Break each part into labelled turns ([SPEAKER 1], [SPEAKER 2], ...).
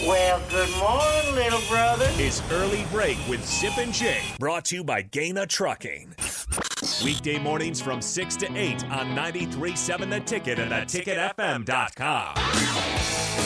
[SPEAKER 1] Good morning, little brother.
[SPEAKER 2] is Early Break with Zip and Jay, brought to you by Gaina Trucking. Weekday mornings from 6 to 8 on 93.7 The Ticket and theticketfm.com.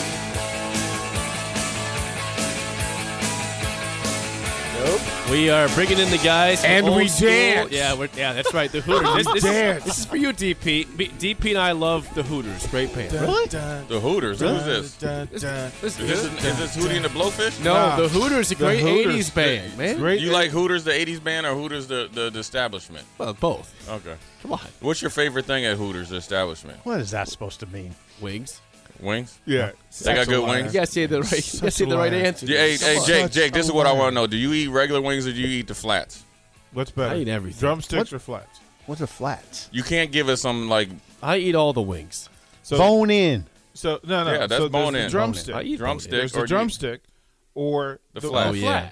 [SPEAKER 3] We are bringing in the guys, from
[SPEAKER 4] And
[SPEAKER 3] old
[SPEAKER 4] we
[SPEAKER 3] school.
[SPEAKER 4] dance.
[SPEAKER 3] Yeah, we're, yeah, that's right. The Hooters. this, this
[SPEAKER 4] dance.
[SPEAKER 3] Is, this is for you, DP. Me- DP and I love the Hooters. Great band.
[SPEAKER 4] Dun,
[SPEAKER 5] The Hooters. Who's this?
[SPEAKER 4] dun, dun.
[SPEAKER 3] This-
[SPEAKER 5] Is this, is this Hootie and the Blowfish?
[SPEAKER 3] no,
[SPEAKER 4] Nah.
[SPEAKER 3] the Hooters, a
[SPEAKER 4] The
[SPEAKER 3] great
[SPEAKER 4] Hooters
[SPEAKER 3] '80s band, man.
[SPEAKER 4] Great.
[SPEAKER 5] You like Hooters, the '80s band, or Hooters, the, the, the establishment?
[SPEAKER 3] Well, both.
[SPEAKER 5] Okay.
[SPEAKER 3] Come on,
[SPEAKER 5] What's your favorite thing at Hooters, the establishment?
[SPEAKER 4] What is that supposed to mean?
[SPEAKER 3] wings.
[SPEAKER 5] Wings.
[SPEAKER 4] Yeah.
[SPEAKER 5] They got good wings.
[SPEAKER 3] You gotta say the right. You gotta say
[SPEAKER 4] a
[SPEAKER 3] the right
[SPEAKER 4] liar.
[SPEAKER 3] answer.
[SPEAKER 5] Yeah, hey, hey,
[SPEAKER 4] Such
[SPEAKER 5] Jake, Jake. This is what I
[SPEAKER 4] a
[SPEAKER 5] want to know. Do you eat regular wings or do you eat the flats?
[SPEAKER 4] What's better?
[SPEAKER 3] I eat everything. What-
[SPEAKER 4] Drumsticks or flats?
[SPEAKER 6] What's a flat?
[SPEAKER 5] You can't give us some like
[SPEAKER 3] I eat all the wings.
[SPEAKER 4] So,
[SPEAKER 6] Bone in.
[SPEAKER 4] so no, no.
[SPEAKER 5] Yeah, that's
[SPEAKER 4] so there's
[SPEAKER 5] bone
[SPEAKER 4] the
[SPEAKER 5] in.
[SPEAKER 4] Drumstick.
[SPEAKER 3] I eat
[SPEAKER 5] drumstick
[SPEAKER 4] There's
[SPEAKER 5] or
[SPEAKER 4] the
[SPEAKER 5] you-
[SPEAKER 4] drumstick, or
[SPEAKER 5] The flat.
[SPEAKER 3] Oh, yeah.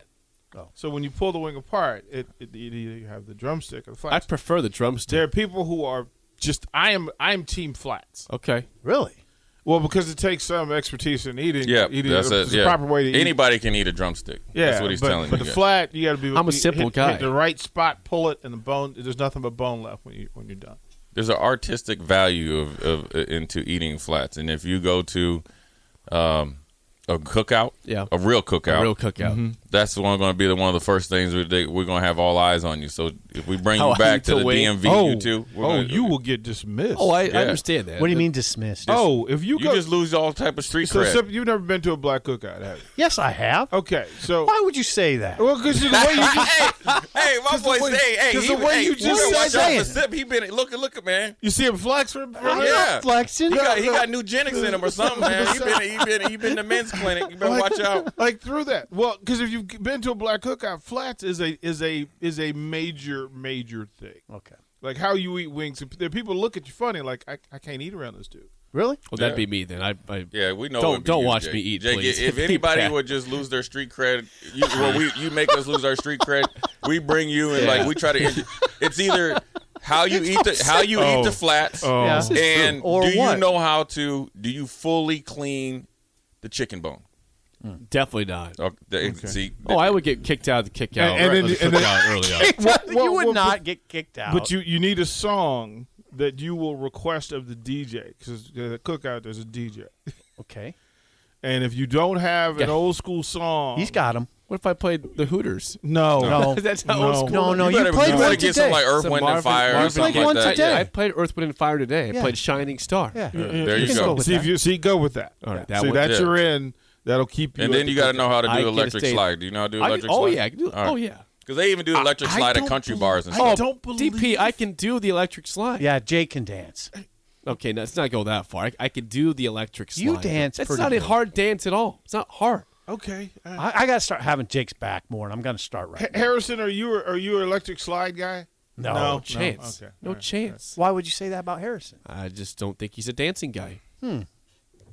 [SPEAKER 4] So when you pull the wing apart, it, it, you either have the drumstick or the
[SPEAKER 3] I
[SPEAKER 4] flats.
[SPEAKER 3] prefer the
[SPEAKER 4] there
[SPEAKER 3] drumstick.
[SPEAKER 4] are people who are just I am I am team flats.
[SPEAKER 3] Okay.
[SPEAKER 6] Really?
[SPEAKER 4] Well, because it takes some expertise in eating.
[SPEAKER 5] Yeah,
[SPEAKER 4] eating
[SPEAKER 5] that's
[SPEAKER 4] the,
[SPEAKER 5] it.
[SPEAKER 4] the
[SPEAKER 5] yeah.
[SPEAKER 4] proper way to eat.
[SPEAKER 5] Anybody can eat a drumstick.
[SPEAKER 4] Yeah,
[SPEAKER 5] that's what he's
[SPEAKER 4] but,
[SPEAKER 5] telling
[SPEAKER 4] but
[SPEAKER 5] you.
[SPEAKER 4] the flat, you got to be.
[SPEAKER 3] I'm a
[SPEAKER 4] you
[SPEAKER 3] simple
[SPEAKER 4] hit,
[SPEAKER 3] guy.
[SPEAKER 4] Hit the right spot, pull it, and the bone. There's nothing but bone left when you when you're done.
[SPEAKER 5] There's an artistic value of, of uh, into eating flats, and if you go to um, a cookout,
[SPEAKER 3] Yeah.
[SPEAKER 5] a real cookout,
[SPEAKER 3] Real cookout.
[SPEAKER 4] Mm-hmm.
[SPEAKER 5] that's the one going to be the one of the first things we they, we're going to have all eyes on you. So if we bring
[SPEAKER 3] How
[SPEAKER 5] you
[SPEAKER 3] I
[SPEAKER 5] back
[SPEAKER 3] need
[SPEAKER 5] to
[SPEAKER 3] to
[SPEAKER 5] the
[SPEAKER 3] wait.
[SPEAKER 5] DMV, you two, we're
[SPEAKER 4] oh,
[SPEAKER 5] gonna-
[SPEAKER 4] you will get dismissed.
[SPEAKER 3] Oh, I,
[SPEAKER 5] Yeah.
[SPEAKER 3] I understand that.
[SPEAKER 6] What do you mean dismissed?
[SPEAKER 4] Oh, if you,
[SPEAKER 5] you
[SPEAKER 4] go,
[SPEAKER 5] just lose all type of street
[SPEAKER 4] so
[SPEAKER 5] cred.
[SPEAKER 4] Sip, you've never been to a black cookout, have you?
[SPEAKER 6] yes, I have.
[SPEAKER 4] Okay, so
[SPEAKER 6] Why would you say that?
[SPEAKER 4] Oh. well, because the way you just
[SPEAKER 5] hey, hey, my boy,
[SPEAKER 4] way-
[SPEAKER 5] hey, hey,
[SPEAKER 4] 'cause
[SPEAKER 5] he-
[SPEAKER 4] the way
[SPEAKER 5] hey,
[SPEAKER 4] you just
[SPEAKER 5] gotta
[SPEAKER 6] said
[SPEAKER 5] watch out for
[SPEAKER 6] that.
[SPEAKER 5] Sip, he been look at look at man.
[SPEAKER 4] you see him flex from, from
[SPEAKER 6] I'm
[SPEAKER 4] there?
[SPEAKER 5] Yeah.
[SPEAKER 6] not flexing.
[SPEAKER 5] He got he got nugenics in him or something, man. He been he been he been to men's clinic. You better watch out.
[SPEAKER 4] like through that. Well, because if you've been to a black cookout, flats is a is a is a major major thing.
[SPEAKER 6] okay.
[SPEAKER 4] Like how you eat wings, there people look at you funny. Like I, I can't eat around this dude.
[SPEAKER 6] Really?
[SPEAKER 3] Well, that'd be me then. I, I
[SPEAKER 5] Yeah, we know.
[SPEAKER 3] Don't-
[SPEAKER 5] it'd be
[SPEAKER 3] don't
[SPEAKER 5] you,
[SPEAKER 3] watch
[SPEAKER 5] Jake.
[SPEAKER 3] me eat,
[SPEAKER 5] Jake,
[SPEAKER 3] please.
[SPEAKER 5] If
[SPEAKER 3] Keep
[SPEAKER 5] anybody
[SPEAKER 3] that.
[SPEAKER 5] would just lose their street cred, you, well, we you make us lose our street cred. We bring you and like we try to. It's either how you eat the how you eat
[SPEAKER 3] Oh.
[SPEAKER 5] the flats,
[SPEAKER 6] Yeah.
[SPEAKER 5] and
[SPEAKER 6] Or
[SPEAKER 5] do you
[SPEAKER 6] what?
[SPEAKER 5] know how to do you fully clean the chicken bone?
[SPEAKER 3] definitely not.
[SPEAKER 5] Okay, they- See,
[SPEAKER 3] Oh, I would get kicked out of the kick out.
[SPEAKER 4] And- and
[SPEAKER 3] or the
[SPEAKER 4] then- and then-
[SPEAKER 3] cookout early on.
[SPEAKER 4] well,
[SPEAKER 6] you would
[SPEAKER 4] well,
[SPEAKER 6] not get kicked out.
[SPEAKER 4] But you you need a song that you will request of the DJ because the cookout there's a DJ,
[SPEAKER 6] okay?
[SPEAKER 4] and if you don't have an
[SPEAKER 3] Yeah.
[SPEAKER 4] old school song,
[SPEAKER 6] He's got him.
[SPEAKER 3] What if I played the Hooters?
[SPEAKER 4] no
[SPEAKER 6] No,
[SPEAKER 3] That's not
[SPEAKER 4] No.
[SPEAKER 3] old school.
[SPEAKER 6] no, no.
[SPEAKER 5] you
[SPEAKER 6] You,
[SPEAKER 5] better,
[SPEAKER 6] played
[SPEAKER 5] you
[SPEAKER 6] one
[SPEAKER 5] better get some
[SPEAKER 6] today.
[SPEAKER 5] like Earth,
[SPEAKER 3] Some
[SPEAKER 5] Wind,
[SPEAKER 3] Marvin-
[SPEAKER 5] and Fire
[SPEAKER 3] Marvin-
[SPEAKER 5] or something
[SPEAKER 6] Like
[SPEAKER 5] like
[SPEAKER 6] one
[SPEAKER 5] that.
[SPEAKER 6] today.
[SPEAKER 3] I played Earth, Wind, and Fire today. I
[SPEAKER 6] Yeah.
[SPEAKER 3] played Shining Star.
[SPEAKER 6] Yeah.
[SPEAKER 5] Yeah. There you
[SPEAKER 6] can
[SPEAKER 5] go.
[SPEAKER 6] go with
[SPEAKER 4] See if
[SPEAKER 6] that.
[SPEAKER 4] you see go with that.
[SPEAKER 3] All right, that
[SPEAKER 4] see
[SPEAKER 3] one-
[SPEAKER 4] that's
[SPEAKER 5] Yeah.
[SPEAKER 4] your end. That'll keep you.
[SPEAKER 5] And
[SPEAKER 4] at
[SPEAKER 5] then
[SPEAKER 4] the
[SPEAKER 5] you got to know how to
[SPEAKER 3] I
[SPEAKER 5] do
[SPEAKER 3] get to
[SPEAKER 5] electric
[SPEAKER 3] stay-
[SPEAKER 5] slide. Do you know how to do
[SPEAKER 3] I,
[SPEAKER 5] electric
[SPEAKER 3] oh
[SPEAKER 5] slide?
[SPEAKER 3] yeah, I can do, oh yeah.
[SPEAKER 5] Because they even do electric
[SPEAKER 3] I
[SPEAKER 5] slide at
[SPEAKER 3] don't
[SPEAKER 5] country
[SPEAKER 3] believe-
[SPEAKER 5] bars and
[SPEAKER 3] oh,
[SPEAKER 5] stuff.
[SPEAKER 4] don't believe
[SPEAKER 3] DP, I can do the electric slide.
[SPEAKER 6] yeah, Jay can dance.
[SPEAKER 3] Okay, no, let's not go that far. I, I can do the electric slide.
[SPEAKER 6] You dance
[SPEAKER 3] That's
[SPEAKER 6] pretty
[SPEAKER 3] not a
[SPEAKER 6] good.
[SPEAKER 3] hard dance at all. It's not hard.
[SPEAKER 4] cookout. Okay. all right.
[SPEAKER 6] I, I got to start having Jake's back more, and I'm going to start right.
[SPEAKER 4] Ha-
[SPEAKER 6] now.
[SPEAKER 4] Harrison, are you are you an electric slide guy?
[SPEAKER 6] Oh, No.
[SPEAKER 4] no.
[SPEAKER 3] Chance.
[SPEAKER 4] No,
[SPEAKER 3] No,
[SPEAKER 4] okay, all right,
[SPEAKER 3] chance.
[SPEAKER 6] Why would you say that about Harrison?
[SPEAKER 3] I just don't think he's a dancing guy. Hmm.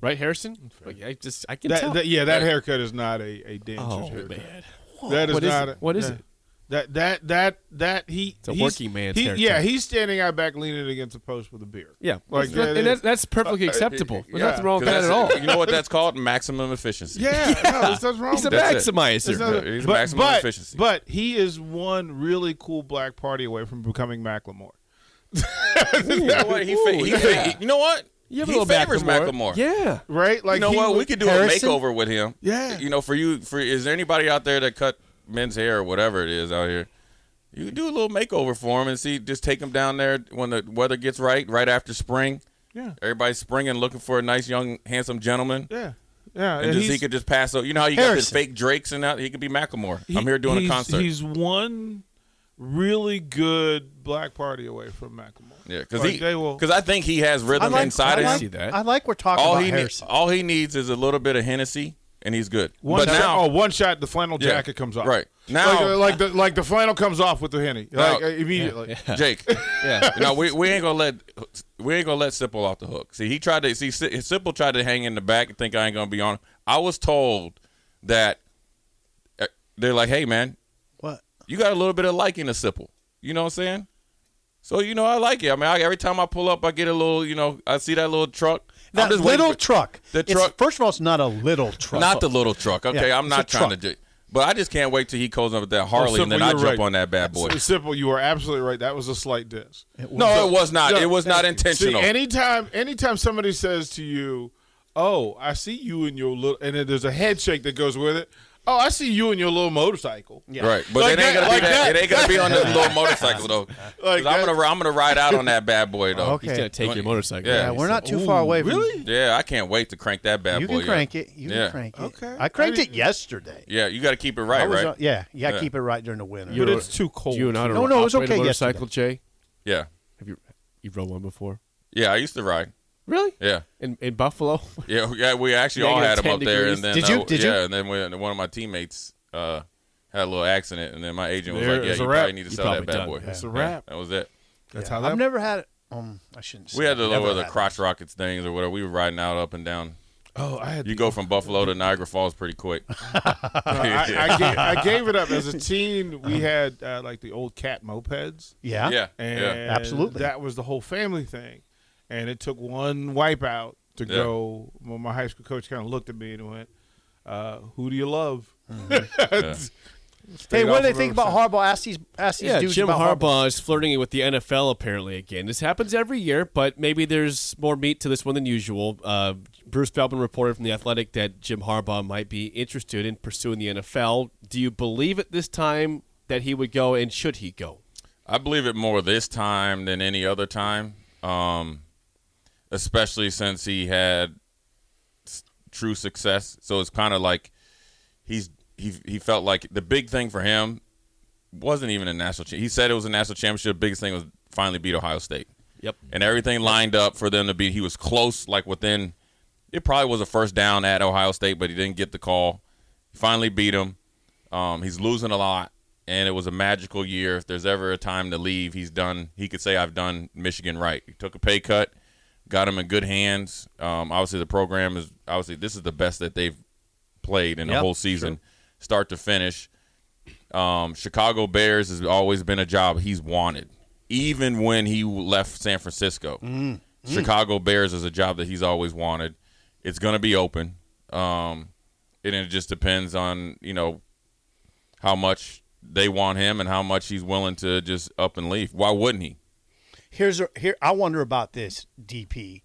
[SPEAKER 3] Right, Harrison? Like, I just I can
[SPEAKER 4] That,
[SPEAKER 3] tell.
[SPEAKER 4] that- yeah, that haircut is not a, a dancer's
[SPEAKER 3] oh
[SPEAKER 4] haircut.
[SPEAKER 3] man.
[SPEAKER 4] That is
[SPEAKER 3] What is
[SPEAKER 4] not.
[SPEAKER 3] it?
[SPEAKER 4] a-
[SPEAKER 3] What is
[SPEAKER 4] yeah.
[SPEAKER 3] it?
[SPEAKER 4] That that that that he.
[SPEAKER 3] It's a
[SPEAKER 4] he's-
[SPEAKER 3] working man's
[SPEAKER 4] he-
[SPEAKER 3] haircut.
[SPEAKER 4] Yeah, he's standing out back, leaning against a post with a beer.
[SPEAKER 3] Yeah,
[SPEAKER 4] Like,
[SPEAKER 3] It's not-
[SPEAKER 4] that
[SPEAKER 3] and
[SPEAKER 4] is-
[SPEAKER 3] that's, that's perfectly acceptable. There's
[SPEAKER 4] yeah,
[SPEAKER 3] nothing wrong with
[SPEAKER 5] 'Cause
[SPEAKER 3] that Oh, at all.
[SPEAKER 5] that's- You know what that's called? Maximum efficiency.
[SPEAKER 4] Yeah, no, there's nothing wrong.
[SPEAKER 3] He's a
[SPEAKER 4] with that.
[SPEAKER 5] That's it.
[SPEAKER 3] maximizer.
[SPEAKER 4] There's nothing-
[SPEAKER 5] He's a
[SPEAKER 4] but,
[SPEAKER 5] maximum
[SPEAKER 4] but-
[SPEAKER 5] efficiency.
[SPEAKER 4] But he is one really cool black party away from becoming Macklemore.
[SPEAKER 5] You know what? He, fa- he, fa- you know what?
[SPEAKER 3] You have a
[SPEAKER 5] he
[SPEAKER 3] little
[SPEAKER 5] favors
[SPEAKER 3] Macklemore.
[SPEAKER 5] Macklemore.
[SPEAKER 3] Yeah.
[SPEAKER 4] Right? Like
[SPEAKER 5] you know
[SPEAKER 4] he
[SPEAKER 5] what?
[SPEAKER 4] would-
[SPEAKER 5] We could do
[SPEAKER 6] Harrison?
[SPEAKER 5] a makeover with him.
[SPEAKER 4] Yeah.
[SPEAKER 5] You know, for you, for is there anybody out there that cut men's hair or whatever it is out here? You could do a little makeover for him and see. Just take him down there when the weather gets right, right after spring.
[SPEAKER 4] Yeah.
[SPEAKER 5] Everybody's springing, looking for a nice, young, handsome gentleman.
[SPEAKER 4] Yeah. Yeah.
[SPEAKER 5] And just, he
[SPEAKER 4] he's-
[SPEAKER 5] could just pass. out. You know how you got this
[SPEAKER 6] Harrison.
[SPEAKER 5] fake Drakes and that? He could be Macklemore.
[SPEAKER 4] he-
[SPEAKER 5] I'm here doing a
[SPEAKER 4] he's-
[SPEAKER 5] concert.
[SPEAKER 4] He's one really good black party away from Macklemore.
[SPEAKER 5] Yeah, because
[SPEAKER 4] Like,
[SPEAKER 5] he
[SPEAKER 4] they will-
[SPEAKER 5] because I think he has rhythm inside
[SPEAKER 6] I
[SPEAKER 5] of
[SPEAKER 6] like,
[SPEAKER 5] him.
[SPEAKER 3] that.
[SPEAKER 6] I like we're talking
[SPEAKER 5] All
[SPEAKER 6] about
[SPEAKER 5] he needs,
[SPEAKER 6] Harrison.
[SPEAKER 5] all he needs is a little bit of Hennessy, and he's good.
[SPEAKER 4] One
[SPEAKER 5] but
[SPEAKER 4] shot,
[SPEAKER 5] now,
[SPEAKER 4] oh, one shot, the flannel
[SPEAKER 5] Yeah,
[SPEAKER 4] jacket comes off.
[SPEAKER 5] right. Now-
[SPEAKER 4] like, like the like the flannel comes off with the henny, like
[SPEAKER 5] Now-
[SPEAKER 4] uh, immediately.
[SPEAKER 5] Jake, yeah, no, we, we ain't gonna let we ain't gonna let Sipple off the hook. See, he tried to see Si- Sipple tried to hang in the back and think I ain't gonna be on. I was told that uh, they're like, hey man,
[SPEAKER 6] What?
[SPEAKER 5] you got a little bit of liking to Sipple. You know what I'm saying? So you know I like it. I mean, I, every time I pull up, I get a little. You know, I see that little truck.
[SPEAKER 6] That
[SPEAKER 5] just waiting
[SPEAKER 6] little
[SPEAKER 5] for-
[SPEAKER 6] truck.
[SPEAKER 5] The
[SPEAKER 6] It's-
[SPEAKER 5] truck-
[SPEAKER 6] first of all, it's not a little truck.
[SPEAKER 5] Not the little truck. Okay,
[SPEAKER 6] Yeah,
[SPEAKER 5] I'm
[SPEAKER 6] it's
[SPEAKER 5] not
[SPEAKER 6] a
[SPEAKER 5] trying
[SPEAKER 6] truck.
[SPEAKER 5] to. Ju- but I just can't wait till he calls up with that Harley and
[SPEAKER 4] Simple,
[SPEAKER 5] then I
[SPEAKER 4] you're
[SPEAKER 5] jump
[SPEAKER 4] right.
[SPEAKER 5] on that bad boy.
[SPEAKER 4] S- Simple, you are absolutely right. That was a slight diss.
[SPEAKER 5] no, it was not.
[SPEAKER 4] No,
[SPEAKER 5] it was not
[SPEAKER 4] See,
[SPEAKER 5] intentional.
[SPEAKER 4] anytime, anytime somebody says to you, "Oh, I see you in your little," and then there's a head shake that goes with it. Oh, I see you in your little motorcycle.
[SPEAKER 5] Right, but
[SPEAKER 4] Like
[SPEAKER 5] it ain't
[SPEAKER 4] that-
[SPEAKER 5] gonna
[SPEAKER 4] like
[SPEAKER 5] be that,
[SPEAKER 4] that.
[SPEAKER 5] It ain't gonna be on this little motorcycle though. 'Cause
[SPEAKER 4] Like
[SPEAKER 5] I'm
[SPEAKER 4] that.
[SPEAKER 5] gonna I'm gonna ride out on that bad boy though.
[SPEAKER 6] Okay.
[SPEAKER 3] He's gonna take your motorcycle.
[SPEAKER 5] Yeah.
[SPEAKER 6] Yeah, we're not too far away. From,
[SPEAKER 4] Really?
[SPEAKER 5] Yeah, I can't wait to crank that bad
[SPEAKER 6] You
[SPEAKER 5] boy.
[SPEAKER 6] can
[SPEAKER 5] up.
[SPEAKER 6] crank it. You
[SPEAKER 5] Yeah.
[SPEAKER 6] can crank it.
[SPEAKER 4] Okay.
[SPEAKER 6] I cranked
[SPEAKER 4] I
[SPEAKER 6] it yesterday.
[SPEAKER 5] Yeah, you got to keep it right,
[SPEAKER 6] I was uh,
[SPEAKER 5] right?
[SPEAKER 6] on- yeah, you got to
[SPEAKER 5] Yeah.
[SPEAKER 6] keep it right during the winter.
[SPEAKER 3] You're-
[SPEAKER 4] But it's too cold.
[SPEAKER 3] Do you and I don't
[SPEAKER 6] No, no, it was
[SPEAKER 3] operate a
[SPEAKER 6] okay
[SPEAKER 3] motorcycle, Jay?
[SPEAKER 5] yeah,
[SPEAKER 3] Have you you rode one before?
[SPEAKER 5] yeah. I used to ride.
[SPEAKER 3] Really?
[SPEAKER 5] Yeah,
[SPEAKER 3] In in Buffalo?
[SPEAKER 5] yeah, yeah. We actually all
[SPEAKER 3] Negative
[SPEAKER 5] had them
[SPEAKER 3] 10
[SPEAKER 5] up there,
[SPEAKER 3] degrees.
[SPEAKER 5] and then
[SPEAKER 6] Did
[SPEAKER 5] uh,
[SPEAKER 6] you? Did you?
[SPEAKER 5] yeah, and then when, one of my teammates uh, had a little accident, and then my agent was
[SPEAKER 4] There
[SPEAKER 5] like, "Yeah,
[SPEAKER 4] is
[SPEAKER 5] you
[SPEAKER 4] a wrap.
[SPEAKER 5] probably need to
[SPEAKER 3] You
[SPEAKER 5] sell that
[SPEAKER 3] probably
[SPEAKER 5] bad
[SPEAKER 3] done.
[SPEAKER 5] boy."
[SPEAKER 3] That's
[SPEAKER 4] a
[SPEAKER 5] Yeah,
[SPEAKER 4] wrap.
[SPEAKER 5] that was it.
[SPEAKER 4] That's
[SPEAKER 6] I've
[SPEAKER 4] how that.
[SPEAKER 6] never had it. Um, I shouldn't. Say
[SPEAKER 5] We had the
[SPEAKER 6] never
[SPEAKER 5] little the
[SPEAKER 6] had it.
[SPEAKER 5] crotch rockets things or whatever. We were riding out up and down.
[SPEAKER 4] oh, I had.
[SPEAKER 5] You go from Buffalo to Niagara Falls pretty quick.
[SPEAKER 4] I, I, gave, I gave it up as a teen. We had uh, like the old cat mopeds.
[SPEAKER 6] Yeah.
[SPEAKER 5] yeah,
[SPEAKER 4] And
[SPEAKER 5] yeah.
[SPEAKER 6] Absolutely.
[SPEAKER 4] That was the whole family thing. And it took one wipeout to
[SPEAKER 5] Yeah.
[SPEAKER 4] go. Well, my high school coach kind of looked at me and went, uh, Who do you love?
[SPEAKER 5] Mm-hmm.
[SPEAKER 6] Hey,
[SPEAKER 4] Stayed
[SPEAKER 6] what do
[SPEAKER 4] off
[SPEAKER 6] they
[SPEAKER 4] of
[SPEAKER 6] think
[SPEAKER 4] Riverside.
[SPEAKER 6] about Harbaugh? Ask these, ask these
[SPEAKER 3] Yeah,
[SPEAKER 6] dudes
[SPEAKER 3] Jim
[SPEAKER 6] about
[SPEAKER 3] Harbaugh is flirting with the NFL apparently again. This happens every year, but maybe there's more meat to this one than usual. Uh, Bruce Feldman reported from the Athletic that Jim Harbaugh might be interested in pursuing the NFL. Do you believe at this time that he would go, and should he go?
[SPEAKER 5] I believe it more this time than any other time, um, especially since he had s- true success. So it's kind of like he's he he felt like the big thing for him wasn't even a national. Cha- he said it was a national championship. biggest thing was finally beat Ohio State,
[SPEAKER 3] Yep.
[SPEAKER 5] and everything lined up for them to beat. He was close, like within. It probably was a first down at Ohio State, but he didn't get the call. Finally beat him. Um, he's losing a lot, and it was a magical year. If there's ever a time to leave, he's done. He could say, "I've done Michigan right." He took a pay cut, got him in good hands. Um, obviously, the program is obviously this is the best that they've played in the
[SPEAKER 6] Yeah,
[SPEAKER 5] whole season, start to finish. Um, Chicago Bears has always been a job he's wanted, even when he left San Francisco. Chicago Bears is a job that he's always wanted. It's going to be open. Um, and it just depends on you know how much they want him and how much he's willing to just up and leave. Why wouldn't he?
[SPEAKER 6] Here's a, here. I wonder about this, DP.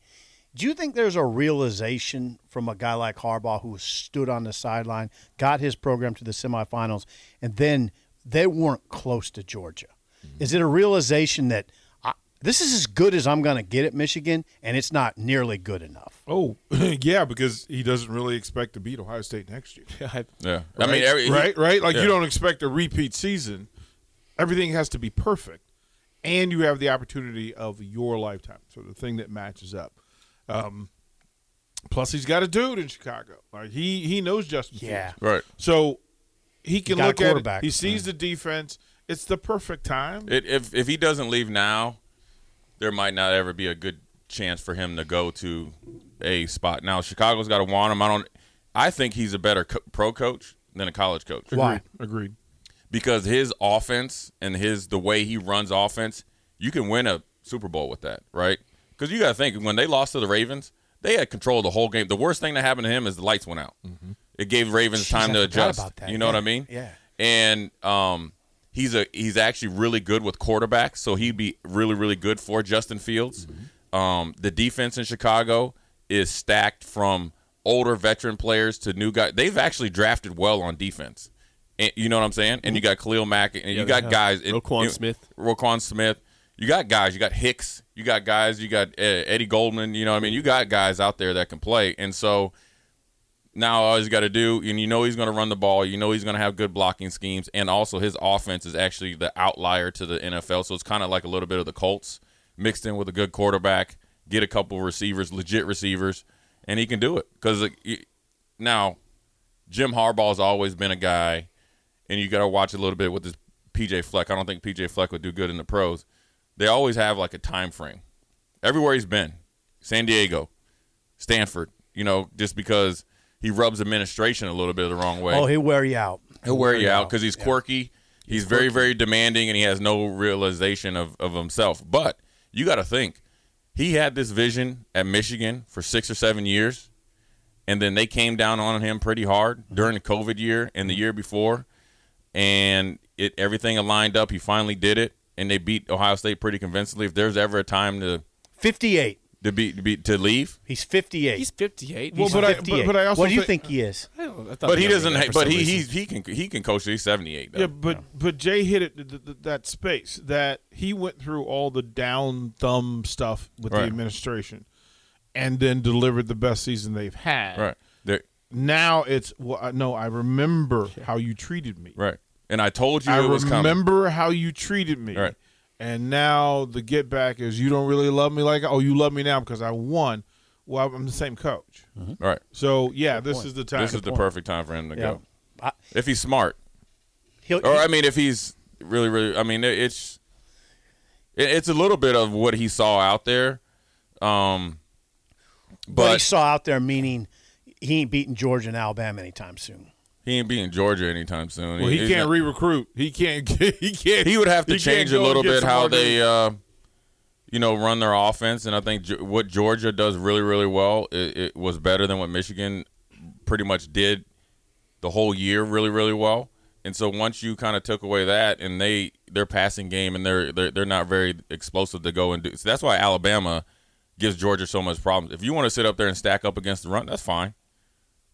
[SPEAKER 6] Do you think there's a realization from a guy like Harbaugh who stood on the sideline, got his program to the semifinals, and then they weren't close to Georgia?
[SPEAKER 5] Mm-hmm.
[SPEAKER 6] Is it a realization that I, this is as good as I'm going to get at Michigan, and it's not nearly good enough?
[SPEAKER 4] Oh, yeah, because he doesn't really expect to beat Ohio State next year.
[SPEAKER 5] Yeah, I mean, every,
[SPEAKER 4] right, right. Like
[SPEAKER 5] Yeah.
[SPEAKER 4] you don't expect a repeat season. Everything has to be perfect, and you have the opportunity of your lifetime. So the thing that matches up. Um, plus, he's got a dude in Chicago. Like he he knows Justin.
[SPEAKER 6] Yeah.
[SPEAKER 4] Fields.
[SPEAKER 5] right.
[SPEAKER 4] So he can
[SPEAKER 6] got a
[SPEAKER 4] look at it.
[SPEAKER 6] quarterback.
[SPEAKER 4] He sees the defense. It's the perfect time.
[SPEAKER 5] It, if if he doesn't leave now, there might not ever be a good chance for him to go to a spot. Now Chicago's got to want him. I don't. I think he's a better co- pro coach than a college coach.
[SPEAKER 6] Why?
[SPEAKER 4] Agreed.
[SPEAKER 5] because his offense and his the way he runs offense, you can win a Super Bowl with that, right? Because you got to think when they lost to the Ravens, they had control of the whole game. The worst thing that happened to him is the lights went out. It gave Ravens
[SPEAKER 6] Mm-hmm. Jeez,
[SPEAKER 5] time
[SPEAKER 6] I
[SPEAKER 5] to
[SPEAKER 6] forgot
[SPEAKER 5] adjust.
[SPEAKER 6] about that.
[SPEAKER 5] You know what
[SPEAKER 6] Yeah,
[SPEAKER 5] I mean?
[SPEAKER 6] yeah.
[SPEAKER 5] And um, he's a he's actually really good with quarterbacks, so he'd be really really good for Justin Fields. Um, the defense in Chicago is stacked from older veteran players to new guys. They've actually drafted well on defense. And, you know what I'm saying? And you got Khalil Mack, and you got
[SPEAKER 3] yeah.
[SPEAKER 5] guys. and-
[SPEAKER 3] Roquan
[SPEAKER 5] you-
[SPEAKER 3] Smith.
[SPEAKER 5] Roquan Smith. You got guys. You got Hicks. You got guys. You got uh, Eddie Goldman. You know what I mean? You got guys out there that can play. And so now all he's got to do, and you know he's going to run the ball. You know he's going to have good blocking schemes. And also his offense is actually the outlier to the NFL. So it's kind of like a little bit of the Colts mixed in with a good quarterback. Get a couple receivers, legit receivers, and he can do it. Because now Jim Harbaugh's always been a guy, and you got to watch a little bit with this PJ Fleck. I don't think PJ Fleck would do good in the pros. They always have like a time frame. Everywhere he's been, San Diego, Stanford, you know, just because he rubs administration a little bit the wrong way.
[SPEAKER 6] Oh, he'll wear you out.
[SPEAKER 5] He'll wear you out because he's quirky. He's, very, very demanding, and he has no realization of, of himself. But you got to think he had this vision at Michigan for six or seven years, and then they came down on him pretty hard during the COVID year and the year before, and it everything aligned up. He finally did it, and they beat Ohio State pretty convincingly. If there's ever a time to
[SPEAKER 6] 58.
[SPEAKER 5] to be to, be, to leave,
[SPEAKER 6] He's 58.
[SPEAKER 3] He's 58.
[SPEAKER 4] Well,
[SPEAKER 3] He's-
[SPEAKER 4] but I-
[SPEAKER 6] 58.
[SPEAKER 4] but I also
[SPEAKER 6] what do you
[SPEAKER 4] thi-
[SPEAKER 6] think he is?
[SPEAKER 3] I don't know. I thought
[SPEAKER 5] but he
[SPEAKER 3] was
[SPEAKER 5] doesn't.
[SPEAKER 3] younger for
[SPEAKER 5] But
[SPEAKER 3] some
[SPEAKER 5] he
[SPEAKER 3] reason.
[SPEAKER 5] he, he can he can coach. till He's seventy eight.
[SPEAKER 4] Yeah, but but Jay hit it th- th- that space that he went through all the down thumb stuff with the
[SPEAKER 5] Right.
[SPEAKER 4] administration, and then delivered the best season they've had.
[SPEAKER 5] right there.
[SPEAKER 4] now, it's well, I, no, I remember how you treated me.
[SPEAKER 5] Right. And I told you
[SPEAKER 4] I
[SPEAKER 5] it was coming.
[SPEAKER 4] remember how you treated me.
[SPEAKER 5] Right.
[SPEAKER 4] And now the get back is you don't really love me like oh you love me now because I won. Well, I'm the same coach.
[SPEAKER 5] Right.
[SPEAKER 4] So yeah, this is the time.
[SPEAKER 5] This is the perfect time for him to
[SPEAKER 6] Yeah.
[SPEAKER 5] go.
[SPEAKER 6] I,
[SPEAKER 5] If he's smart,
[SPEAKER 6] he'll,
[SPEAKER 5] or I mean, if he's really, really, I mean, it- it's it, it's a little bit of what he saw out there. Um,
[SPEAKER 6] what he
[SPEAKER 5] but
[SPEAKER 6] saw out there, meaning he ain't beating Georgia and Alabama anytime soon.
[SPEAKER 5] he ain't being Georgia anytime soon.
[SPEAKER 4] Well, he
[SPEAKER 5] He's
[SPEAKER 4] can't
[SPEAKER 5] not-
[SPEAKER 4] re-recruit. He can't. get- He can't.
[SPEAKER 5] he would have to
[SPEAKER 4] he can't
[SPEAKER 5] change a
[SPEAKER 4] go and
[SPEAKER 5] little
[SPEAKER 4] get
[SPEAKER 5] bit
[SPEAKER 4] some
[SPEAKER 5] how
[SPEAKER 4] more
[SPEAKER 5] they,
[SPEAKER 4] games.
[SPEAKER 5] uh, you know, run their offense. And I think Ge- what Georgia does really, really well it, it was better than what Michigan pretty much did the whole year, really, really well. And so once you kind of took away that, and they their passing game and they're they're, they're not very explosive to go and do. So that's why Alabama gives Georgia so much problems. If you want to sit up there and stack up against the run, that's fine.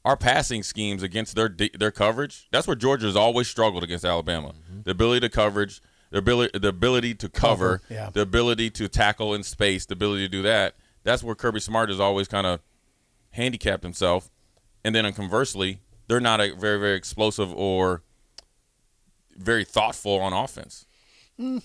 [SPEAKER 5] Our passing schemes against their de- their coverage, that's where Georgia's always struggled against Alabama. The ability to coverage, the ability the ability to cover,
[SPEAKER 6] yeah.
[SPEAKER 5] the ability to tackle in space, the ability to do that. That's where Kirby Smart has always kind of handicapped himself. And then conversely, they're not a very very explosive or very thoughtful on offense.
[SPEAKER 6] Mm.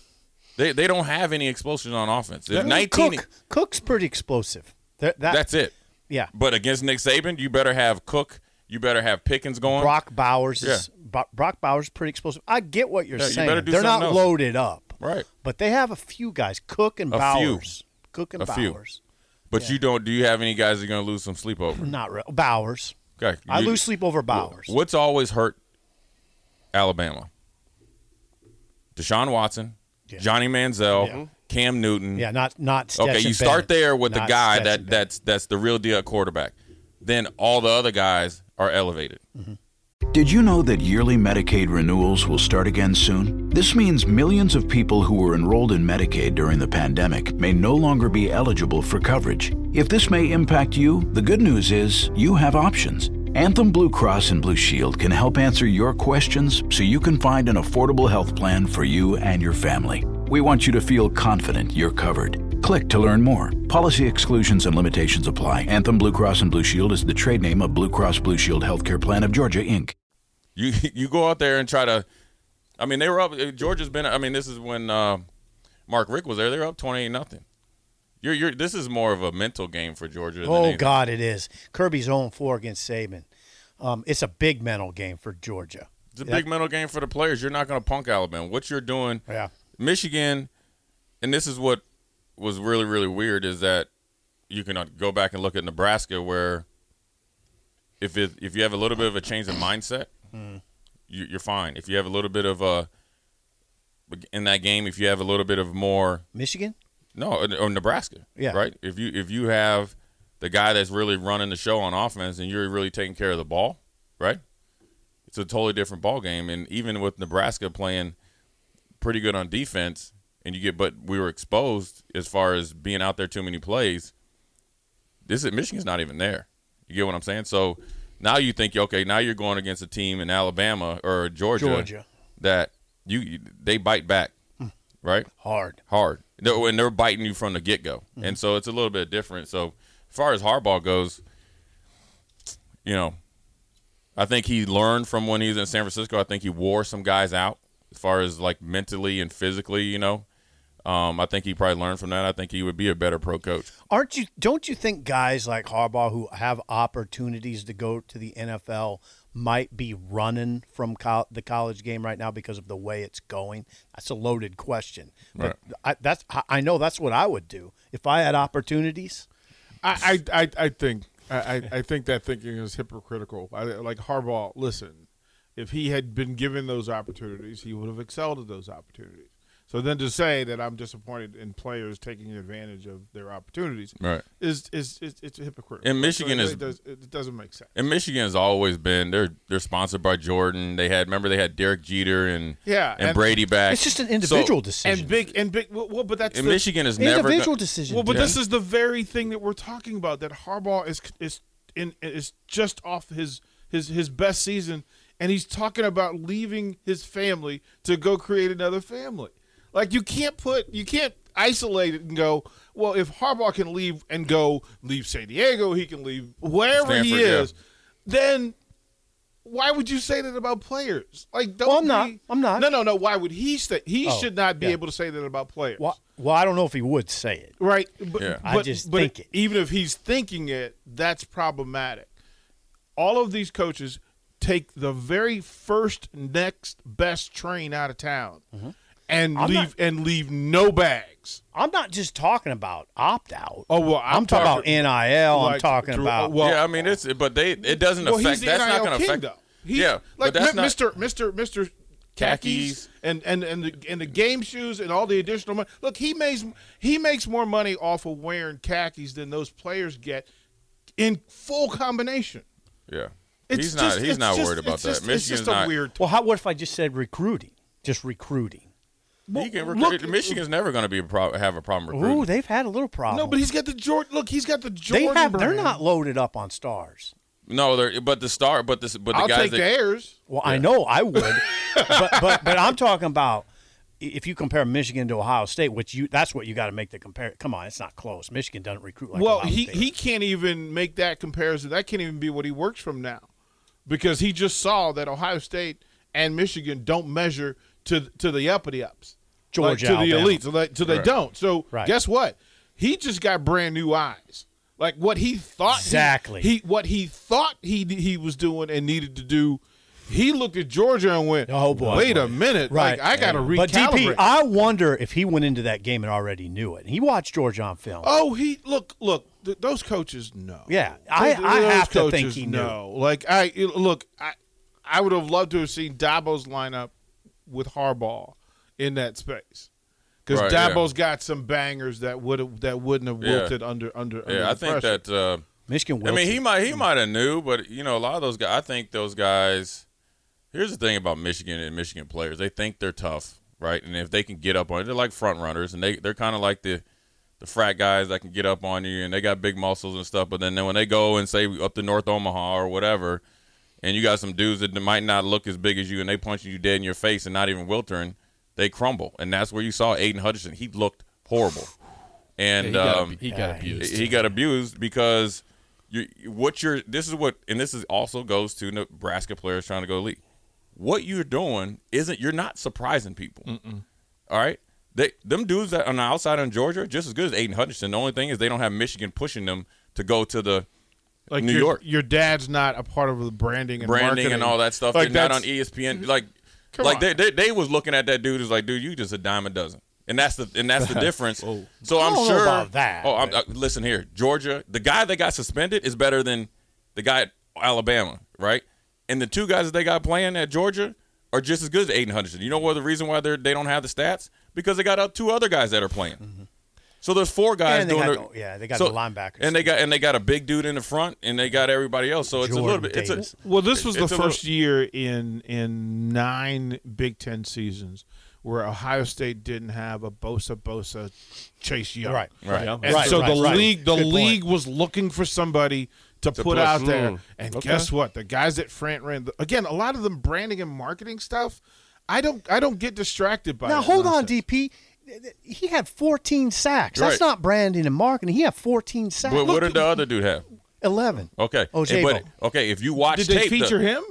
[SPEAKER 5] They, they don't have any explosion on offense. If 19,
[SPEAKER 6] Cook, Cook's pretty explosive. That, that-
[SPEAKER 5] that's it.
[SPEAKER 6] Yeah.
[SPEAKER 5] But against Nick Saban, you better have Cook. You better have Pickens going.
[SPEAKER 6] Brock Bowers is Bo- Brock Bowers is pretty explosive. I get what you're
[SPEAKER 5] Yeah, you
[SPEAKER 6] saying.
[SPEAKER 5] better do
[SPEAKER 6] They're not
[SPEAKER 5] something else.
[SPEAKER 6] loaded up,
[SPEAKER 5] Right.
[SPEAKER 6] But they have a few guys, Cook and
[SPEAKER 5] A few.
[SPEAKER 6] Bowers. Cook and
[SPEAKER 5] A few.
[SPEAKER 6] Bowers.
[SPEAKER 5] But you don't. Do you have any guys that are going to lose some sleep over?
[SPEAKER 6] Not re- Bowers.
[SPEAKER 5] Okay.
[SPEAKER 6] I
[SPEAKER 5] you-
[SPEAKER 6] lose sleep over Bowers.
[SPEAKER 5] What's always hurt Alabama? Deshaun Watson,
[SPEAKER 6] Yeah.
[SPEAKER 5] Johnny Manziel,
[SPEAKER 6] Yeah.
[SPEAKER 5] Cam Newton.
[SPEAKER 6] Yeah, not not.
[SPEAKER 5] Okay,
[SPEAKER 6] Stetson
[SPEAKER 5] you start
[SPEAKER 6] Bennett.
[SPEAKER 5] there with the
[SPEAKER 6] Not
[SPEAKER 5] guy
[SPEAKER 6] Stetson
[SPEAKER 5] that
[SPEAKER 6] Bennett.
[SPEAKER 5] that's that's the real deal at quarterback. Then all the other guys are elevated.
[SPEAKER 7] Did you know that yearly Medicaid renewals will start again soon? This means millions of people who were enrolled in Medicaid during the pandemic may no longer be eligible for coverage. If this may impact you, the good news is you have options. Anthem Blue Cross and Blue Shield can help answer your questions so you can find an affordable health plan for you and your family. We want you to feel confident you're covered. Click to learn more. Policy exclusions and limitations apply. Anthem Blue Cross and Blue Shield is the trade name of Blue Cross Blue Shield Healthcare Plan of Georgia, Inc.
[SPEAKER 5] You you go out there and try to. I mean, they were up. Georgia's been. I mean, this is when uh, Mark Rick was there. They were up twenty eight nothing. You're you're. This is more of a mental game for Georgia. Than
[SPEAKER 6] Oh
[SPEAKER 5] anything.
[SPEAKER 6] God, it is Kirby's own four against Saban. Um, it's a big mental game for Georgia.
[SPEAKER 5] It's a big mental game for the players. You're not going to punk Alabama. What you're doing,
[SPEAKER 6] Yeah.
[SPEAKER 5] Michigan, and this is what was really really weird is that you can uh, go back and look at Nebraska, where if it, if you have a little bit of a change of mindset, you, you're fine. If you have a little bit of a in that game, if you have a little bit of more
[SPEAKER 6] Michigan.
[SPEAKER 5] no, or- or Nebraska.
[SPEAKER 6] Yeah.
[SPEAKER 5] Right. If you if you have the guy that's really running the show on offense and you're really taking care of the ball, right? It's a totally different ball game. And even with Nebraska playing pretty good on defense, and you get but we were exposed as far as being out there too many plays. This is Michigan's not even there. You get what I'm saying? So now you think okay, now you're going against a team in Alabama or Georgia,
[SPEAKER 6] Georgia. Hmm.
[SPEAKER 5] that you- you they bite back, right?
[SPEAKER 6] Hard.
[SPEAKER 5] hard. They're, and they're biting you from the get go. And so it's a little bit different. So as far as Harbaugh goes, you know, I think he learned from when he was in San Francisco. I think he wore some guys out as far as like mentally and physically, you know. Um, I think he probably learned from that. I think he would be a better pro coach.
[SPEAKER 6] Aren't you? Don't you think guys like Harbaugh who have opportunities to go to the NFL might be running from col- the college game right now because of the way it's going? That's a loaded question, but I, that's I- I know that's what I would do if I had opportunities.
[SPEAKER 4] I, I, I, I think I, I- I think that thinking is hypocritical. I, like Harbaugh, listen, if he had been given those opportunities, he would have excelled at those opportunities. So then to say that I'm disappointed in players taking advantage of their opportunities
[SPEAKER 5] Right.
[SPEAKER 4] is, is, is it's hypocritical.
[SPEAKER 5] And Michigan
[SPEAKER 4] it,
[SPEAKER 5] is-
[SPEAKER 4] it, does, it doesn't make sense.
[SPEAKER 5] And Michigan has always been they're they're sponsored by Jordan. They had remember they had Derek Jeter and
[SPEAKER 4] Yeah,
[SPEAKER 5] and,
[SPEAKER 4] and-
[SPEAKER 5] Brady back.
[SPEAKER 6] It's just an individual
[SPEAKER 5] So,
[SPEAKER 6] decision.
[SPEAKER 4] And big and big. Well, well but that's
[SPEAKER 5] and
[SPEAKER 4] the-
[SPEAKER 5] Michigan is never
[SPEAKER 6] individual
[SPEAKER 5] gonna-
[SPEAKER 6] decision.
[SPEAKER 4] Well, but
[SPEAKER 6] dude.
[SPEAKER 4] this is the very thing that we're talking about that Harbaugh is is in is just off his his his best season, and he's talking about leaving his family to go create another family. Like you can't put you can't isolate it and go. Well, if Harbaugh can leave and go leave San Diego, he can leave wherever he
[SPEAKER 5] Stanford, yeah.
[SPEAKER 4] is. Then why would you say that about players? Like, don't
[SPEAKER 6] Well, I'm not.
[SPEAKER 4] be-
[SPEAKER 6] I'm not.
[SPEAKER 4] No, no, no. Why would he say he
[SPEAKER 6] Oh,
[SPEAKER 4] should not be
[SPEAKER 6] yeah.
[SPEAKER 4] able to say that about players?
[SPEAKER 6] Well, well, I don't know if he would say it.
[SPEAKER 4] Right. But,
[SPEAKER 5] Yeah.
[SPEAKER 6] I
[SPEAKER 4] but-
[SPEAKER 6] just
[SPEAKER 4] but
[SPEAKER 6] think it.
[SPEAKER 4] Even if he's thinking it, that's problematic. All of these coaches take the very first next best train out of town
[SPEAKER 5] Mm-hmm.
[SPEAKER 4] and
[SPEAKER 6] I'm
[SPEAKER 4] leave
[SPEAKER 6] not-
[SPEAKER 4] and leave no bags.
[SPEAKER 6] I'm not just talking about opt out.
[SPEAKER 4] Oh well,
[SPEAKER 6] I'm, talking about NIL. I'm
[SPEAKER 4] like, uh,
[SPEAKER 6] talking
[SPEAKER 4] through-
[SPEAKER 6] about
[SPEAKER 4] well-
[SPEAKER 5] yeah, I mean it's but they it doesn't
[SPEAKER 4] well,
[SPEAKER 5] affect
[SPEAKER 4] he's the
[SPEAKER 5] that's
[SPEAKER 4] NIL
[SPEAKER 5] not going to
[SPEAKER 4] king,
[SPEAKER 5] affect
[SPEAKER 4] though. He's,
[SPEAKER 5] yeah,
[SPEAKER 4] like
[SPEAKER 5] but that's not,
[SPEAKER 4] Mr. Mr. Mr. Khakis
[SPEAKER 5] Khakis.
[SPEAKER 4] and and and the, and the game shoes and all the additional money. Look, he makes he makes more money off of wearing khakis than those players get in full combination.
[SPEAKER 5] Yeah.
[SPEAKER 4] It's
[SPEAKER 5] he's not
[SPEAKER 4] just-
[SPEAKER 5] he's
[SPEAKER 4] it's
[SPEAKER 5] not
[SPEAKER 4] just-
[SPEAKER 5] worried about
[SPEAKER 4] it's
[SPEAKER 5] that.
[SPEAKER 4] just-
[SPEAKER 5] Michigan's
[SPEAKER 4] it's just a
[SPEAKER 5] not
[SPEAKER 4] weird.
[SPEAKER 6] Well, how, what if I just said recruiting? Just recruiting.
[SPEAKER 5] he can
[SPEAKER 4] look-
[SPEAKER 5] recruit- Michigan's never going to be a pro- have a problem recruiting.
[SPEAKER 6] Ooh, they've had a little problem.
[SPEAKER 4] No, but he's got the Jordan. Look, he's got the
[SPEAKER 6] they
[SPEAKER 4] Jordan.
[SPEAKER 6] have. They're
[SPEAKER 4] brand.
[SPEAKER 6] not loaded up on stars.
[SPEAKER 5] No, they're but the star, but this, but the
[SPEAKER 4] I'll
[SPEAKER 5] guys
[SPEAKER 4] take
[SPEAKER 5] that
[SPEAKER 4] theirs.
[SPEAKER 6] Well, I know I would, but, but but I'm talking about i- if you compare Michigan to Ohio State, which you that's what you got to make the compare. Come on, it's not close. Michigan doesn't recruit like
[SPEAKER 4] well,
[SPEAKER 6] Ohio
[SPEAKER 4] he
[SPEAKER 6] State.
[SPEAKER 4] he can't even make that comparison. That can't even be what he works from now, because he just saw that Ohio State and Michigan don't measure to to the uppity ups, like,
[SPEAKER 6] Georgia,
[SPEAKER 4] to the
[SPEAKER 6] Alabama.
[SPEAKER 4] elites, like, to they don't. So
[SPEAKER 6] Right.
[SPEAKER 4] guess what? He just got brand new eyes. Like what he thought he-
[SPEAKER 6] Exactly.
[SPEAKER 4] he, what he thought he he was doing and needed to do. He looked at Georgia and went,
[SPEAKER 6] Oh, boy.
[SPEAKER 4] wait a minute!
[SPEAKER 6] right.
[SPEAKER 4] Like, I got to recalibrate."
[SPEAKER 6] But DP, I wonder if he went into that game and already knew it. He watched Georgia on film.
[SPEAKER 4] Oh, he look look. Th- those coaches know.
[SPEAKER 6] Yeah, I-
[SPEAKER 4] Those-
[SPEAKER 6] I
[SPEAKER 4] those
[SPEAKER 6] have to think
[SPEAKER 4] coaches
[SPEAKER 6] he knew.
[SPEAKER 4] know. Like I you- look, I I would have loved to have seen Dabo's lineup with Harbaugh in that space because
[SPEAKER 5] Right, yeah.
[SPEAKER 4] Dabo's got some bangers that would that wouldn't have
[SPEAKER 5] Yeah.
[SPEAKER 4] wilted under under. under
[SPEAKER 5] Yeah, I think
[SPEAKER 4] pressure.
[SPEAKER 5] that. Uh,
[SPEAKER 6] Michigan.
[SPEAKER 5] I
[SPEAKER 6] Wilson.
[SPEAKER 5] mean, he might he might have knew, but you know, a lot of those guys. I think those guys. Here's the thing about Michigan and Michigan players: they think they're tough, right? And if they can get up on it, they're like front runners, and they they're kind of like the the frat guys that can get up on you, and they got big muscles and stuff. But then, then when they go and say up to North Omaha or whatever, and you got some dudes that might not look as big as you, and they punching you dead in your face and not even wiltering, they crumble, and that's where you saw Aiden Hudson. He looked horrible, and
[SPEAKER 3] he got,
[SPEAKER 5] um,
[SPEAKER 3] ab- he got abused.
[SPEAKER 5] he got abused because you what you're this is what and this is also goes to Nebraska players trying to go elite. What you're doing isn't you're not surprising people. All right. They them dudes that on the outside on Georgia are just as good as Aiden Hutchinson. The only thing is they don't have Michigan pushing them to go to the
[SPEAKER 4] like
[SPEAKER 5] New
[SPEAKER 4] your,
[SPEAKER 5] York.
[SPEAKER 4] your dad's not a part of the branding and
[SPEAKER 5] branding
[SPEAKER 4] marketing.
[SPEAKER 5] and all that stuff.
[SPEAKER 4] Like
[SPEAKER 5] They're not
[SPEAKER 4] that's-
[SPEAKER 5] on E
[SPEAKER 6] Mm-hmm.
[SPEAKER 5] ESPN. Like,
[SPEAKER 4] Come
[SPEAKER 5] like
[SPEAKER 4] on.
[SPEAKER 5] they, they they was looking at that dude as like, dude, you just a dime a dozen. And that's the and that's the difference. So I'm
[SPEAKER 6] Oh. I don't know
[SPEAKER 5] sure
[SPEAKER 6] about that,
[SPEAKER 5] Oh, I'm, uh, listen here, Georgia. The guy that got suspended is better than the guy at Alabama, right? And the two guys that they got playing at Georgia are just as good as Aiden Hutchinson. You know what the reason why they they don't have the stats because they got uh, two other guys that are playing. So there's four guys
[SPEAKER 6] Mm-hmm. And they
[SPEAKER 5] doing
[SPEAKER 6] got
[SPEAKER 5] their-
[SPEAKER 6] the- yeah, they got the linebackers.
[SPEAKER 5] and they got and they got a big dude in the front, and they got everybody else. So it's a little
[SPEAKER 6] Jordan
[SPEAKER 5] bit. It's a,
[SPEAKER 6] Davis.
[SPEAKER 4] Well, this was the
[SPEAKER 5] It's a little-
[SPEAKER 4] first year in in nine Big Ten seasons where Ohio State didn't have a Bosa Bosa Chase Young.
[SPEAKER 6] Right.
[SPEAKER 5] Right. Yeah.
[SPEAKER 4] And
[SPEAKER 6] Right,
[SPEAKER 4] so
[SPEAKER 6] right,
[SPEAKER 4] the
[SPEAKER 6] right.
[SPEAKER 4] league the
[SPEAKER 6] Good point.
[SPEAKER 4] league was looking for somebody to, put
[SPEAKER 5] push.
[SPEAKER 4] out there.
[SPEAKER 5] Mm.
[SPEAKER 4] And guess what? The guys at Frant ran again, a lot of them branding and marketing stuff. I don't I don't get distracted by
[SPEAKER 6] Now
[SPEAKER 4] that
[SPEAKER 6] hold on,
[SPEAKER 4] nonsense.
[SPEAKER 6] DP. He had 14 sacks. That's
[SPEAKER 5] Right.
[SPEAKER 6] not branding and marketing. He had 14 sacks.
[SPEAKER 5] But what
[SPEAKER 6] Look,
[SPEAKER 5] did the other dude have?
[SPEAKER 6] 11.
[SPEAKER 5] Okay.
[SPEAKER 6] Ojabo.
[SPEAKER 5] Hey, but- okay, if you watch
[SPEAKER 4] Oh, Did
[SPEAKER 5] tape,
[SPEAKER 4] they feature
[SPEAKER 5] the,
[SPEAKER 4] him?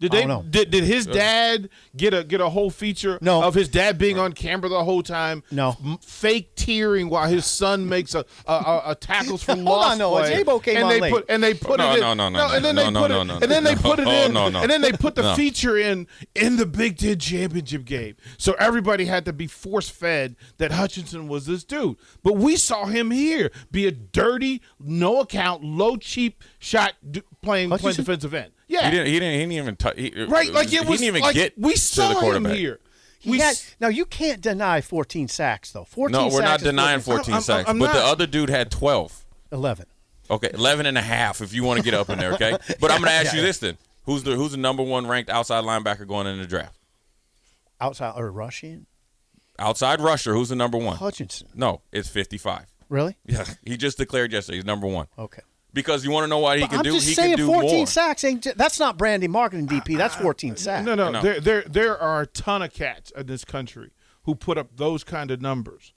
[SPEAKER 4] Did
[SPEAKER 6] I
[SPEAKER 4] they
[SPEAKER 6] don't know.
[SPEAKER 4] did, did his dad get a get a whole feature
[SPEAKER 6] No.
[SPEAKER 4] of his dad being on camera the whole time?
[SPEAKER 6] No.
[SPEAKER 4] m- fake tearing while his son makes a a, a, a tackles for
[SPEAKER 6] Hold
[SPEAKER 4] loss
[SPEAKER 6] on, no,
[SPEAKER 4] play.
[SPEAKER 6] Ojabo came
[SPEAKER 4] and
[SPEAKER 6] on
[SPEAKER 4] they
[SPEAKER 6] late.
[SPEAKER 4] put and they put
[SPEAKER 5] No,
[SPEAKER 4] it in.
[SPEAKER 5] no, no, no,
[SPEAKER 4] and then
[SPEAKER 5] no,
[SPEAKER 4] they
[SPEAKER 5] no,
[SPEAKER 4] put
[SPEAKER 5] no,
[SPEAKER 4] it
[SPEAKER 5] no,
[SPEAKER 4] and then they
[SPEAKER 5] no.
[SPEAKER 4] put it
[SPEAKER 5] Oh,
[SPEAKER 4] in
[SPEAKER 5] no, no.
[SPEAKER 4] and then they put the
[SPEAKER 5] No.
[SPEAKER 4] feature in in the Big Ten championship game. So everybody had to be force fed that Hutchinson was this dude, but we saw him here be a dirty, no account, low cheap shot d- playing playing
[SPEAKER 6] Hutchinson?
[SPEAKER 4] defensive end. Yeah,
[SPEAKER 5] He didn't. He didn't. He didn't even. T- he,
[SPEAKER 4] Right, like it
[SPEAKER 5] He
[SPEAKER 4] was
[SPEAKER 5] didn't even
[SPEAKER 4] like
[SPEAKER 5] get
[SPEAKER 4] we
[SPEAKER 5] to
[SPEAKER 4] saw
[SPEAKER 5] the
[SPEAKER 4] him
[SPEAKER 5] quarterback.
[SPEAKER 4] here.
[SPEAKER 6] He
[SPEAKER 4] We
[SPEAKER 6] had,
[SPEAKER 4] s-
[SPEAKER 6] now you can't deny 14 sacks though. 14
[SPEAKER 5] No, we're not
[SPEAKER 6] sacks is
[SPEAKER 5] denying 14
[SPEAKER 4] I'm- I'm-
[SPEAKER 5] sacks,
[SPEAKER 4] I'm
[SPEAKER 5] but the
[SPEAKER 4] not.
[SPEAKER 5] other dude had 12.
[SPEAKER 6] 11.
[SPEAKER 5] Okay, 11 and a half if you want to get up in there, okay? But I'm going to ask you this then. Who's the who's the number 1 ranked outside linebacker going in the draft?
[SPEAKER 6] Outside or Russian?
[SPEAKER 5] Outside rusher, who's the number 1?
[SPEAKER 6] Hutchinson.
[SPEAKER 5] No, it's 55.
[SPEAKER 6] Really?
[SPEAKER 5] Yeah, he just declared yesterday he's number 1.
[SPEAKER 6] Okay.
[SPEAKER 5] Because you want to know what he
[SPEAKER 6] But
[SPEAKER 5] can
[SPEAKER 6] I'm
[SPEAKER 5] do?
[SPEAKER 6] just
[SPEAKER 5] He
[SPEAKER 6] saying
[SPEAKER 5] can do
[SPEAKER 6] 14
[SPEAKER 5] more.
[SPEAKER 6] sacks ain't ju- that's not branding marketing DP. That's 14 sacks.
[SPEAKER 4] No, no,
[SPEAKER 5] No.
[SPEAKER 4] There, there, there are a ton of cats in this country who put up those kind of numbers.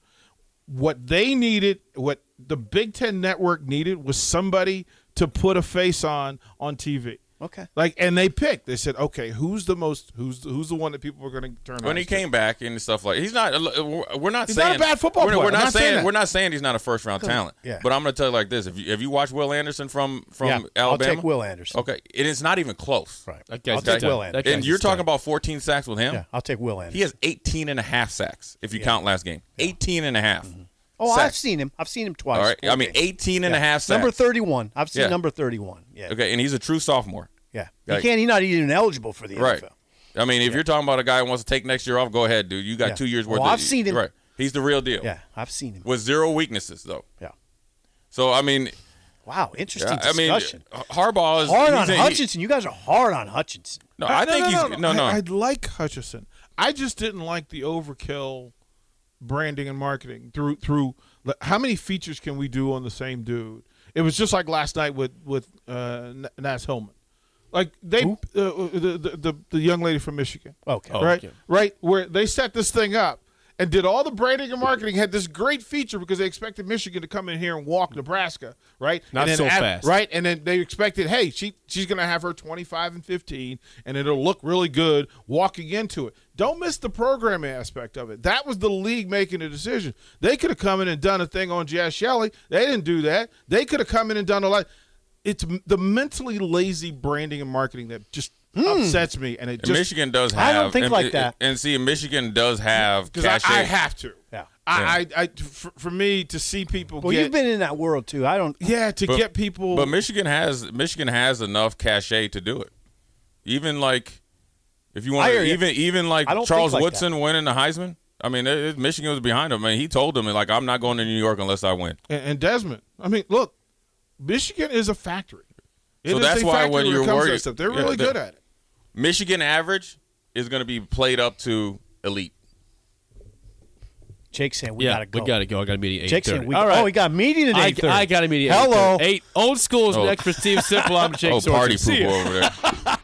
[SPEAKER 4] What they needed, what the Big Ten Network needed, was somebody to put a face on on TV.
[SPEAKER 6] Okay.
[SPEAKER 4] Like, and they picked. They said, okay, who's the most? Who's the, who's the one that people are going to turn?
[SPEAKER 5] when
[SPEAKER 4] eyes
[SPEAKER 5] he
[SPEAKER 4] to?
[SPEAKER 5] came back and stuff like he's not uh, we're not
[SPEAKER 4] He's not
[SPEAKER 5] saying
[SPEAKER 4] a bad football
[SPEAKER 5] we're,
[SPEAKER 4] player.
[SPEAKER 5] we're
[SPEAKER 4] I'm
[SPEAKER 5] not,
[SPEAKER 4] not saying
[SPEAKER 5] saying,
[SPEAKER 4] that.
[SPEAKER 5] we're not saying he's not a first round talent
[SPEAKER 6] Yeah.
[SPEAKER 5] but i'm going to tell you like this if you, if you watch will anderson from from
[SPEAKER 6] Yeah, I'll
[SPEAKER 5] alabama
[SPEAKER 6] take Will Anderson.
[SPEAKER 5] okay it is not even close
[SPEAKER 6] Right.
[SPEAKER 3] That guy's
[SPEAKER 6] I'll take
[SPEAKER 3] done.
[SPEAKER 6] Will
[SPEAKER 3] That
[SPEAKER 6] Anderson.
[SPEAKER 3] guy's
[SPEAKER 5] and you're
[SPEAKER 3] a stud.
[SPEAKER 5] talking about 14 sacks with him
[SPEAKER 6] Yeah, I'll take Will Anderson.
[SPEAKER 5] he has 18 and a half sacks if you count last game 18 and a half
[SPEAKER 6] oh, I've
[SPEAKER 5] sacks.
[SPEAKER 6] seen him. I've seen him twice.
[SPEAKER 5] all right
[SPEAKER 6] Cool
[SPEAKER 5] i mean
[SPEAKER 6] game.
[SPEAKER 5] 18 and a
[SPEAKER 6] Yeah.
[SPEAKER 5] half sacks
[SPEAKER 6] Number 31. I've seen
[SPEAKER 5] Yeah.
[SPEAKER 6] number 31. Yeah.
[SPEAKER 5] okay and he's a true sophomore
[SPEAKER 6] Yeah.
[SPEAKER 5] Like-
[SPEAKER 6] he can't he's not even eligible for the
[SPEAKER 5] right
[SPEAKER 6] NFL.
[SPEAKER 5] i mean if you're talking about a guy who wants to take next year off go ahead dude you got
[SPEAKER 6] Yeah.
[SPEAKER 5] two years worth
[SPEAKER 6] Well,
[SPEAKER 5] of
[SPEAKER 6] I've seen him.
[SPEAKER 5] right he's the real deal
[SPEAKER 6] Yeah, I've seen him.
[SPEAKER 5] with zero weaknesses though
[SPEAKER 6] Yeah.
[SPEAKER 5] so i mean
[SPEAKER 6] Wow, interesting
[SPEAKER 5] Yeah, I mean,
[SPEAKER 6] discussion.
[SPEAKER 5] Harbaugh is
[SPEAKER 6] hard on
[SPEAKER 5] he's a- he-
[SPEAKER 6] Hutchinson. you guys are hard on Hutchinson.
[SPEAKER 5] no, I think he's no, no.
[SPEAKER 4] I, I like Hutchison. I just didn't like the overkill branding and marketing through through. How many features can we do on the same dude? It was just like last night with with uh, N- Nas Hillman. Like they uh, the, the the the young lady from Michigan.
[SPEAKER 6] Okay.
[SPEAKER 4] right, right, where they set this thing up. And did all the branding and marketing had this great feature because they expected Michigan to come in here and walk Nebraska, right?
[SPEAKER 3] Not
[SPEAKER 4] And then
[SPEAKER 3] so fast.
[SPEAKER 4] right? And then they expected, hey, she she's going to have her 25 and 15, and it'll look really good walking into it. Don't miss the programming aspect of it. That was the league making the decision. They could have come in and done a thing on Jazz Shelley. They didn't do that. They could have come in and done a lot. It's m- the mentally lazy branding and marketing that just upsets me, and it
[SPEAKER 5] And
[SPEAKER 4] just
[SPEAKER 5] Michigan does
[SPEAKER 6] I
[SPEAKER 5] have.
[SPEAKER 6] don't think
[SPEAKER 5] and,
[SPEAKER 6] like that.
[SPEAKER 5] And see, Michigan does have
[SPEAKER 4] because
[SPEAKER 5] cachet.
[SPEAKER 4] I, I have to.
[SPEAKER 6] Yeah.
[SPEAKER 4] I, I, I for, for me to see people.
[SPEAKER 6] Well,
[SPEAKER 4] get,
[SPEAKER 6] you've been in that world too. I don't.
[SPEAKER 4] yeah to
[SPEAKER 5] But-
[SPEAKER 4] get people.
[SPEAKER 5] but Michigan has Michigan has enough cachet to do it. Even like, if you want,
[SPEAKER 6] I hear
[SPEAKER 5] to,
[SPEAKER 6] you.
[SPEAKER 5] even even like
[SPEAKER 6] I don't
[SPEAKER 5] Charles
[SPEAKER 6] think like
[SPEAKER 5] Woodson winning the Heisman. I mean, it, it- Michigan was behind him, and he told him like, "I'm not going to New York unless I win."
[SPEAKER 4] and, and Desmond. I mean, look, Michigan is a factory. It
[SPEAKER 5] So
[SPEAKER 4] is
[SPEAKER 5] that's
[SPEAKER 4] a
[SPEAKER 5] why
[SPEAKER 4] factory
[SPEAKER 5] when
[SPEAKER 4] it
[SPEAKER 5] you're
[SPEAKER 4] comes to
[SPEAKER 5] worried-
[SPEAKER 4] that stuff. they're
[SPEAKER 5] yeah,
[SPEAKER 4] really
[SPEAKER 5] they-
[SPEAKER 4] good at it.
[SPEAKER 5] Michigan average is going to be played up to elite.
[SPEAKER 6] Jake's saying we
[SPEAKER 3] yeah,
[SPEAKER 6] gotta go.
[SPEAKER 3] we gotta go. I got a meeting at eight
[SPEAKER 6] Jake's
[SPEAKER 3] thirty.
[SPEAKER 6] saying we.
[SPEAKER 3] All right.
[SPEAKER 6] Oh, we got a meeting at
[SPEAKER 3] I,
[SPEAKER 6] eight thirty.
[SPEAKER 3] I got a meeting. at
[SPEAKER 6] Hello.
[SPEAKER 3] 8:30. Eight old school is
[SPEAKER 5] Oh.
[SPEAKER 3] next for Steve Simple. I'm Jake
[SPEAKER 5] oh,
[SPEAKER 3] Sorensen.
[SPEAKER 5] party
[SPEAKER 3] See ya.
[SPEAKER 5] pooper over there.